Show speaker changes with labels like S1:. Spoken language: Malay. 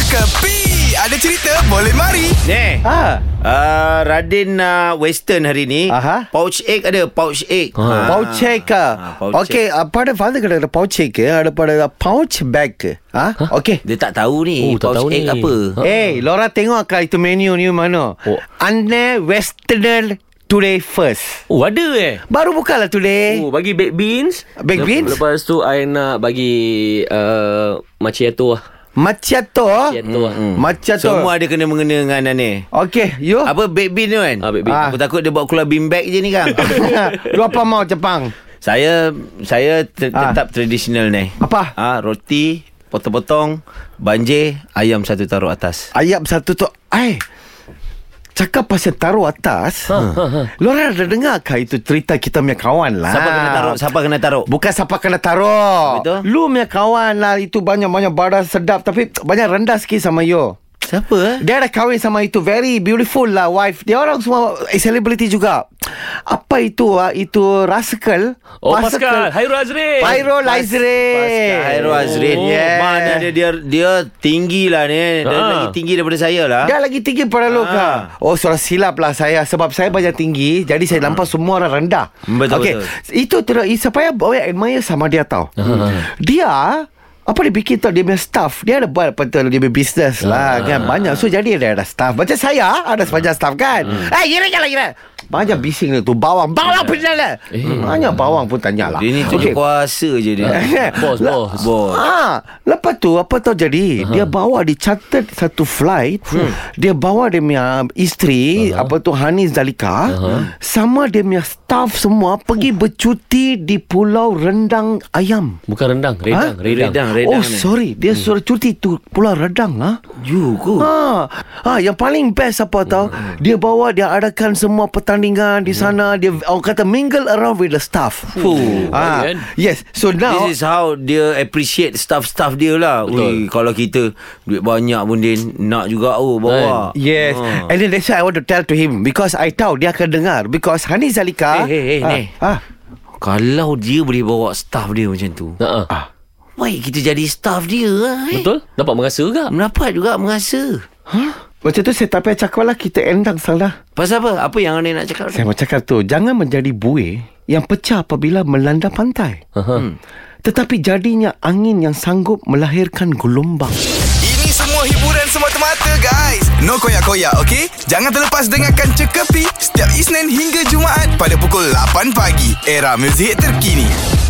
S1: Kepi Ada cerita boleh mari
S2: Ni
S3: Ah,
S2: uh, Radin uh, Western hari ni
S3: Aha.
S2: Pouch egg ada Pouch egg
S4: Ha.
S2: Ah.
S3: Pouch egg
S2: Ah, pouch
S3: okay ಅಪ್ಪಡ ಫಾದ ಕಡೆ pouch egg ಅಡಪಡ pouch back ಆ okay
S2: Dia tak tahu ni
S4: Oh,
S2: Pouch
S4: tak tahu
S2: egg
S4: ni. Ha.
S2: apa
S3: Eh, Laura tengok kat itu menu ni mana. Oh.
S4: Oh.
S3: Anda Westerner today first.
S4: Oh ada eh
S3: Baru buka lah today.
S4: Oh, bagi baked beans
S3: Baked
S4: Lep-
S3: beans?
S4: Lepas tu I nak bagi uh, Macchiato lah
S3: Macchiato.
S4: Macchiato lah
S3: Mm. Macchiato.
S2: Hmm. Semua ada kena-mengena dengan ni
S3: Okey, you.
S2: Apa baked bean tu kan
S4: Ah, baked bean.
S2: Aku takut dia buat keluar bean bag je ni kan
S3: Lu apa mau Jepang?
S2: Saya Saya ter-
S3: Ah.
S2: tetap tradisional ni
S3: Apa?
S2: Ah, Roti Potong-potong Banjir Ayam satu taruh atas
S3: Ayat satu tu. Ai. Cakap pasal taruh atas. Ha, ha, ha. Laura dah dengar ke itu cerita kita punya kawan lah.
S2: Siapa kena taruh Ah. Siapa kena taruh
S3: Bukan siapa kena taruh
S2: Betul.
S3: Lu punya kawan lah Itu banyak-banyak barang sedap Tapi banyak rendah sikit sama you
S2: Siapa eh
S3: Dia dah kahwin sama itu Very beautiful lah wife Dia orang semua eh, Celebrity juga Apa itu ah? Itu Rascal
S4: Oh Pascal, Pascal. Hairul Azrin
S3: Pairo Lazrin
S2: Pascal Hairul Azrin
S3: Oh,
S2: yeah. Mana
S3: Mana
S2: Eh. dia dia dia tinggi lah ni Dia
S4: Ah.
S2: lagi tinggi daripada saya lah
S3: Dia lagi tinggi pada lu ke?
S2: Ah.
S3: Oh surah silap lah saya Sebab saya banyak tinggi Jadi saya nampak semua orang rendah
S2: Mm, Betul,
S3: okay.
S2: betul. Ah,
S3: Itu ter- Supaya saya admire sama dia tau Dia apa dia bikin tau Dia punya staff Dia ada buat apa tu Dia punya business lah
S2: Ah,
S3: kan Banyak So jadi dia ada staff Macam saya Ada sepanjang staff kan
S2: Mm.
S3: Eh gila gila gila Banyak bising dia tu Bawang Bawang penyal lah Banyak bawang pun tanya lah
S2: Eh. Dia ni tunjuk
S3: Okey.
S2: kuasa je dia
S4: Bos,
S3: Lah.
S2: lah,
S4: bos.
S2: Bos
S3: Ah, lepas tu apa tahu jadi? Dia bawa di chartered satu flight.
S2: Hmm.
S3: Dia bawa dia punya isteri, apa tu Hanis Zalika, sama dia punya staff semua pergi bercuti di Pulau Rendang Ayam.
S4: Bukan rendang Redang,
S3: Ha?
S4: redang.
S2: Redang, redang
S3: oh,
S2: ni. Hmm.
S3: sorry. Dia suruh cuti tu Pulau Rendang lah.
S2: You go
S3: Ha, ha, yang paling best apa tahu?
S2: Hmm.
S3: Dia bawa dia adakan semua pertandingan di sana. Dia orang kata mingle around with the staff.
S2: Fuh.
S3: Ah,
S4: Baik, kan?
S3: yes. So now
S2: This is how dia appreciate staff-staff dia lah. Ui, kalau kita duit banyak pun dia nak juga oh bawa.
S3: Yes
S2: Ha.
S3: And then that's why I want to tell to him Because I tahu dia akan dengar Because Hani Zalika
S2: Eh, eh, eh,
S3: Ah,
S2: ni.
S3: ah,
S2: Kalau dia boleh bawa staff dia macam tu.
S4: Ha, ha.
S2: Baik kita jadi staff dia lah, eh.
S4: Betul? Dapat merasa juga
S2: Mendapat juga merasa.
S3: Macam tu saya tak payah cakap lah Kita endang salah
S2: Pasal apa? Apa yang anda nak cakap?
S3: Saya mau cakap tu Jangan menjadi buih Yang pecah apabila melanda pantai hmm. Tetapi jadinya angin yang sanggup melahirkan gelombang
S1: Ini semua hiburan semata-mata guys No koyak-koyak ok Jangan terlepas dengarkan Cekapi Setiap Isnin hingga Jumaat Pada pukul 8 pagi Era muzik terkini